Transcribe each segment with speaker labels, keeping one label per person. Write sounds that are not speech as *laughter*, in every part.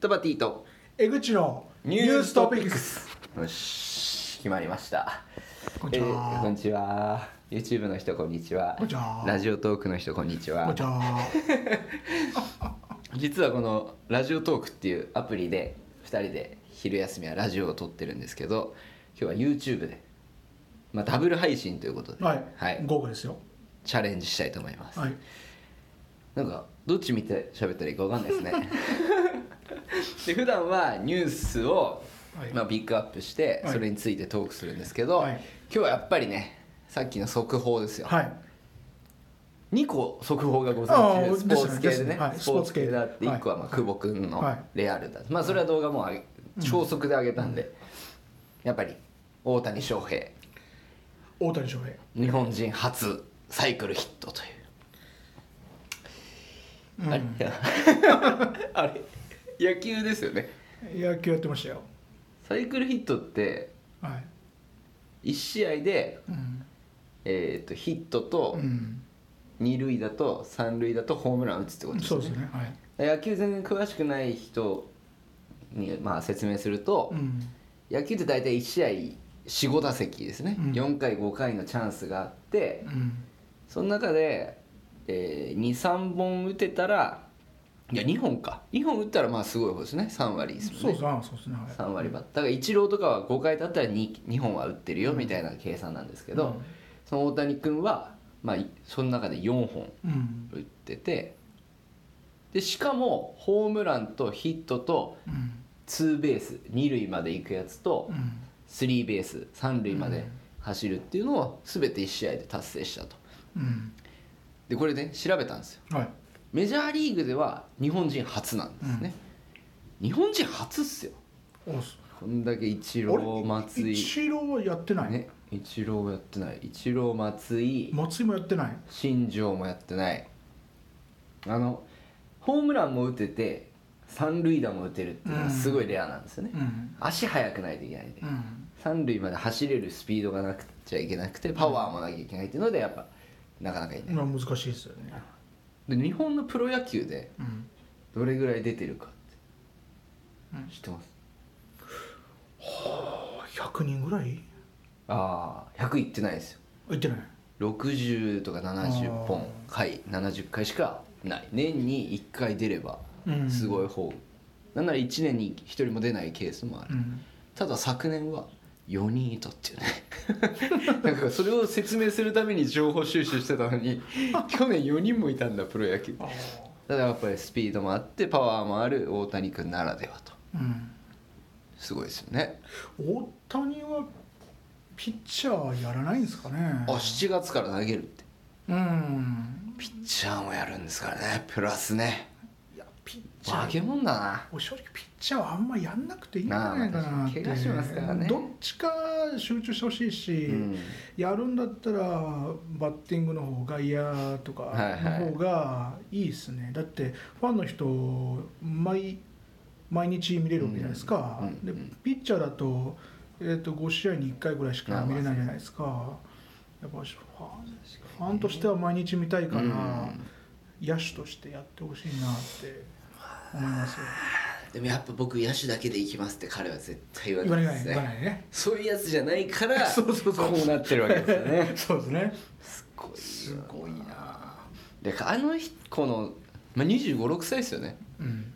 Speaker 1: トバティと
Speaker 2: 江口のニューストピックス。
Speaker 1: よし決まりました
Speaker 2: こんにち
Speaker 1: えーこん
Speaker 2: は
Speaker 1: に。ちは YouTube の人こんにちは
Speaker 2: こんにちは
Speaker 1: ラジオトークの人こんにち
Speaker 2: こん
Speaker 1: は
Speaker 2: にちは。
Speaker 1: 実はこのラジオトークっていうアプリで2人で昼休みはラジオを撮ってるんですけど今日は YouTube で、まあ、ダブル配信ということで、
Speaker 2: はい。
Speaker 1: はい
Speaker 2: 豪華ですよ。
Speaker 1: チャレンジしたいと思います、
Speaker 2: はい。
Speaker 1: なんかどっち見て喋ったらいいかわかんないですね *laughs* で普段はニュースを、
Speaker 2: はい
Speaker 1: まあ、ピックアップして
Speaker 2: はい
Speaker 1: それについてトークするんですけど、
Speaker 2: はい
Speaker 1: 今日はやっぱりねさっきの速報ですよ、
Speaker 2: はい。
Speaker 1: 2個速報がご
Speaker 2: あ
Speaker 1: ざい
Speaker 2: あ
Speaker 1: ますスポーツ系
Speaker 2: で
Speaker 1: です
Speaker 2: ね
Speaker 1: ね
Speaker 2: はい
Speaker 1: スポーツ系だって1個はまあ
Speaker 2: はい
Speaker 1: 久保君
Speaker 2: は
Speaker 1: の
Speaker 2: い
Speaker 1: レアルだまあそれは動画もう上げ超速で上げたんでやっぱり大谷翔平
Speaker 2: 大谷翔平。
Speaker 1: 日本人初サイクルヒットという、あれ *laughs* あれ野球ですよね
Speaker 2: 野球やってましたよ。
Speaker 1: サイクルヒットって
Speaker 2: はい。
Speaker 1: 1試合で、
Speaker 2: うん。
Speaker 1: えー、とヒットと
Speaker 2: うん。
Speaker 1: 二塁打と三塁打とホームラン打つってことです
Speaker 2: そう
Speaker 1: よ
Speaker 2: です
Speaker 1: ね
Speaker 2: ね。はい。
Speaker 1: 野球全然詳しくない人に、まあ、説明すると、
Speaker 2: うん。
Speaker 1: 野球って大体1試合45打席ですね、
Speaker 2: うん
Speaker 1: 4回5回のチャンスがあって、
Speaker 2: うん。
Speaker 1: その中で、え23本打てたらいや2本か2本打ったらまあすごい方ですね3割です
Speaker 2: そ
Speaker 1: も
Speaker 2: う
Speaker 1: ね
Speaker 2: んですね。ああそうですね。はい。
Speaker 1: 3割バッターがイチローとかは5回だったら 2, 2本は打ってるよみたいな計算なんですけど、その大谷君は、まあ、いその中で4本
Speaker 2: うん。
Speaker 1: 打っててでしかもホームランとヒットと
Speaker 2: うん。
Speaker 1: ツーベース二塁まで行くやつと
Speaker 2: うん。
Speaker 1: スリーベース三塁まで走るっていうのを全て1試合で達成したと
Speaker 2: うん。
Speaker 1: でこれね調べたんですよ
Speaker 2: はい。
Speaker 1: メジャーリーグでは日本人初なんですね、日本人初っすよ
Speaker 2: おっす。
Speaker 1: こんだけイチロー松井
Speaker 2: 一郎はやってない。
Speaker 1: ねイチローやってないイチロー松井
Speaker 2: 松井もやってない。
Speaker 1: 新庄もやってないあのホームランも打てて三塁打も打てるっていうのはすごいレアなんですよね、
Speaker 2: うん。
Speaker 1: 足速くないといけないんで、
Speaker 2: うん。
Speaker 1: 三塁まで走れるスピードがなくちゃいけなくてパワーもなきゃいけないっていうのでやっぱなかなかいない
Speaker 2: まあ難しいですよね。
Speaker 1: で日本のプロ野球で
Speaker 2: うん。
Speaker 1: どれぐらい出てるか
Speaker 2: う
Speaker 1: っ
Speaker 2: ん
Speaker 1: て知ってます
Speaker 2: 100人ぐらい
Speaker 1: ああ100いってないですよ
Speaker 2: いってない。
Speaker 1: 60とか70
Speaker 2: あ
Speaker 1: 本回70回しかない年に1回出れば
Speaker 2: うん
Speaker 1: すごい方、なんなら1年に1人も出ないケースもある、
Speaker 2: うん。
Speaker 1: ただ昨年は4人いたっていう
Speaker 2: *laughs*
Speaker 1: ねなんかそれを説明するために情報収集してたのに去年4人もいたんだプロ野球
Speaker 2: ああ。
Speaker 1: ただやっぱりスピードもあってパワーもある大谷君ならではと
Speaker 2: うん。
Speaker 1: すごいですよね
Speaker 2: 大谷はピッチャーやらないんですかね
Speaker 1: あ7月から投げるって
Speaker 2: うん
Speaker 1: ピッチャーもやるんですからねプラスね
Speaker 2: いやピッチ
Speaker 1: 化
Speaker 2: ャー
Speaker 1: け物だな
Speaker 2: 俺正直ピッチャーはあんまやんなくていいんじゃないかなって
Speaker 1: まあ確かに怪我しますからね
Speaker 2: どっちか集中してほしいし、
Speaker 1: うん
Speaker 2: やるんだったらバッティングの方が嫌とか
Speaker 1: はいはい
Speaker 2: の方がいいですね、だってファンの人毎毎日見れるわけじゃないですか、
Speaker 1: うんうんうん
Speaker 2: でピッチャーだと,、えー、と5試合に1回ぐらいしか見れないじゃないですか、やっぱファンファンとしては毎日見たいから、
Speaker 1: うん
Speaker 2: 野手としてやってほしいなって思いますよ
Speaker 1: でもやっぱ僕野手だけでいきますって彼は絶対言
Speaker 2: 言
Speaker 1: わ
Speaker 2: わ
Speaker 1: ないです
Speaker 2: ない言わ
Speaker 1: ね
Speaker 2: ないね
Speaker 1: そういうやつじゃないから
Speaker 2: *laughs* そうそうそう
Speaker 1: こうなってるわけですよね
Speaker 2: *laughs* そうですね
Speaker 1: *laughs* すごいよすごいなであの子の、まあ、2 5 6歳ですよね
Speaker 2: うん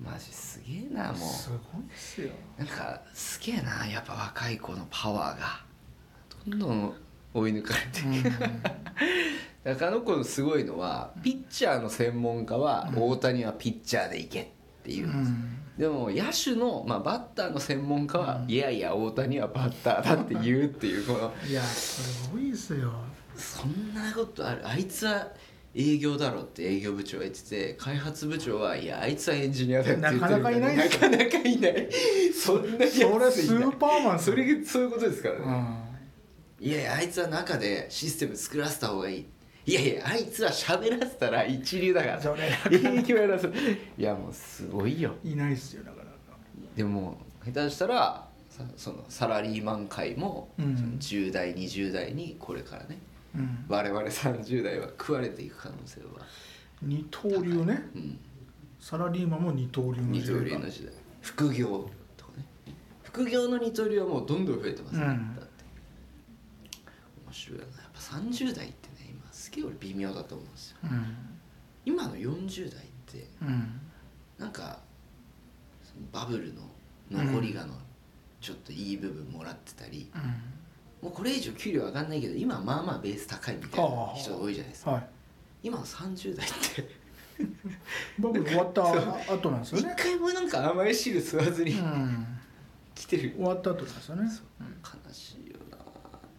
Speaker 1: マジすげえなも
Speaker 2: す
Speaker 1: う
Speaker 2: ごいですよ
Speaker 1: なんかすげえなやっぱ若い子のパワーがどんどん追い抜かれて、だからあの子のすごいのはピッチャーの専門家は大谷はピッチャーでいけっていうう、
Speaker 2: ん
Speaker 1: でも野手の、まあ、バッターの専門家は、いやいや大谷はバッターだって言うっていうこの
Speaker 2: いやすごいですよ
Speaker 1: そんなことあるあいつは営業だろって営業部長は言ってて開発部長はいやあいつはエンジニアだよって言ってる
Speaker 2: なかなかいない
Speaker 1: な
Speaker 2: ですよ
Speaker 1: かなかいない *laughs* そんなやつい
Speaker 2: そ
Speaker 1: な
Speaker 2: れ
Speaker 1: い
Speaker 2: スーパーマン
Speaker 1: それがそういうことですから
Speaker 2: う
Speaker 1: ね、
Speaker 2: ん
Speaker 1: いやいやあいつは中でシステム作らせた方がいいいやいやあいつは喋らせたら一流だから *laughs*
Speaker 2: それ
Speaker 1: 影響やらせいやもうすごいよ
Speaker 2: いないですよなかなか
Speaker 1: でも下手したらさそのサラリーマン界も、
Speaker 2: うん
Speaker 1: その10代20代にこれからね
Speaker 2: うん
Speaker 1: 我々30代は食われていく可能性は
Speaker 2: 二刀流ね
Speaker 1: うん
Speaker 2: サラリーマンも二刀流の
Speaker 1: 二
Speaker 2: 時代
Speaker 1: 刀流の時代副業とかね副業の二刀流はもうどんどん増えてますね、
Speaker 2: うん
Speaker 1: だって面白いなやっぱ30代ってね今すげえ俺微妙だと思うんですよ今の40代って
Speaker 2: うんうん
Speaker 1: なんかそのバブルの残りがのちょっといい部分もらってたり、
Speaker 2: うん
Speaker 1: もうこれ以上給料上がんないけど今まあまあベース高いみたいな人が多いじゃないですか
Speaker 2: はい
Speaker 1: 今の30代って
Speaker 2: バブル終わったあ後なんですよ
Speaker 1: 一
Speaker 2: ね
Speaker 1: 回もなんか甘い汁吸わず
Speaker 2: う
Speaker 1: に
Speaker 2: ん
Speaker 1: 来てる
Speaker 2: 終わった後なんですよね
Speaker 1: そう悲しいよな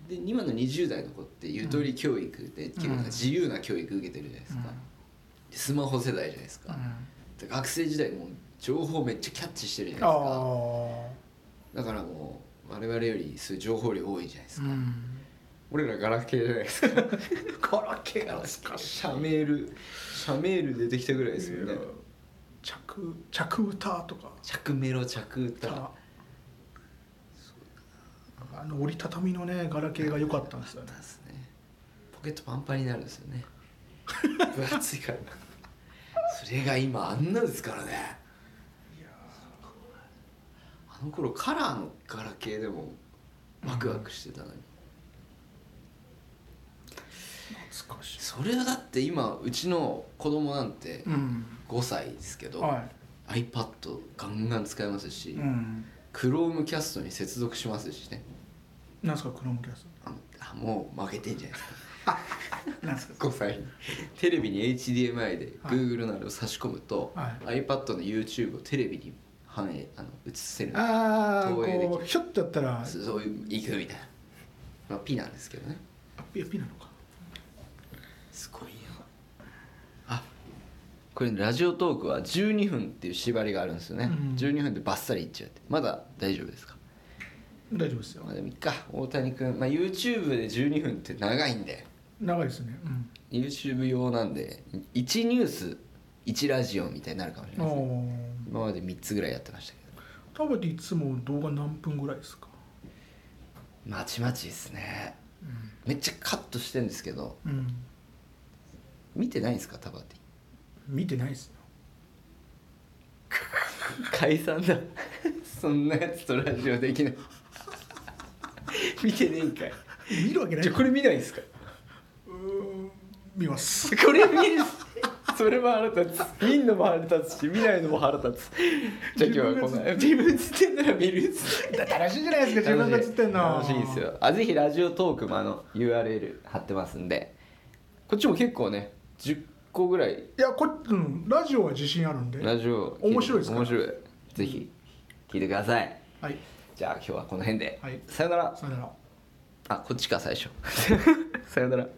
Speaker 1: で今の20代の子ってゆとり教育で結構なんか自由な教育受けてるじゃないですか、でスマホ世代じゃないです
Speaker 2: うん
Speaker 1: か、で学生時代もう情報めっちゃキャッチしてるじゃ
Speaker 2: あ
Speaker 1: ないですか
Speaker 2: あ
Speaker 1: だからもう我々よりそういう情報量多いじゃないです
Speaker 2: う
Speaker 1: か、
Speaker 2: ん
Speaker 1: 俺らガラケーじゃないですかガラケーが懐かしいシャメールシャメール出てきたぐらいですよね
Speaker 2: いや着着歌とか
Speaker 1: 着メロ着歌
Speaker 2: あの折りたたみのねガラケーが良かったんですよ
Speaker 1: だ
Speaker 2: ね
Speaker 1: ったんですねポケットパンパンになるんですよね
Speaker 2: *laughs*
Speaker 1: 分厚いからそれが今あんなですからねあの頃カラーのガラケーでもワクワクしてたのに、
Speaker 2: 懐かしい
Speaker 1: それはだって今うちの子供なんて
Speaker 2: うん
Speaker 1: 5歳ですけど、
Speaker 2: は
Speaker 1: iPad ガンガン使えますし、
Speaker 2: いうん
Speaker 1: クロームキャストに接続しますしね
Speaker 2: なんすかクロームキャス
Speaker 1: あのあもう負けてんじゃないですか
Speaker 2: トなんすか
Speaker 1: 5歳にテレビに HDMI で
Speaker 2: はい
Speaker 1: Google などを差し込むと、
Speaker 2: は
Speaker 1: iPad の YouTube をテレビに反映あの映せる
Speaker 2: ああ
Speaker 1: 投影できる
Speaker 2: こうひょっとやったら
Speaker 1: そそういう行くみたいな、まあ、ピなんですけどね
Speaker 2: あピピなのか
Speaker 1: すごいよあこれラジオトークは12分っていう縛りがあるんですよね、
Speaker 2: うん
Speaker 1: 12分でバッサリいっちゃうってまだ大丈夫ですか
Speaker 2: 大丈夫ですよ
Speaker 1: まあでもいっか大谷君、まあ、YouTube で12分って長いんで
Speaker 2: 長いですねうん
Speaker 1: YouTube 用なんで1ニュース1ラジオみたいになるかもしれないですね
Speaker 2: お
Speaker 1: 今まで3つぐらいやってましたけど
Speaker 2: 食べていつも動画何分ぐらいですか
Speaker 1: まちまちですね
Speaker 2: う
Speaker 1: めっちゃカットしてるんですけど
Speaker 2: ん、うん、
Speaker 1: 見てないんですかタバティ
Speaker 2: 見てないですよ
Speaker 1: *laughs* 解散だ *laughs* そんなやつとラジオできない *laughs* 見てねえんかい
Speaker 2: 見るわけない
Speaker 1: じゃあこれ見ないんですか *laughs*
Speaker 2: うーん見ます
Speaker 1: これ見る *laughs* それも腹立つ見んのも腹立つし見ないのも腹立つじゃあ今日はこの自分つってんなら見るっつって
Speaker 2: 楽しいじゃないですか自分が映ってんの
Speaker 1: 楽しいですよあぜひラジオトークもあの URL 貼ってますんでこっちも結構ね10個ぐらい
Speaker 2: いやこ、うん、ラジオは自信あるんで
Speaker 1: ラジオ
Speaker 2: 面白いですから
Speaker 1: 面白いぜひ聞いてください
Speaker 2: はい
Speaker 1: じゃあ今日はこの辺で、
Speaker 2: はい
Speaker 1: さよなら
Speaker 2: さよなら
Speaker 1: あこっちか最初 *laughs* さよなら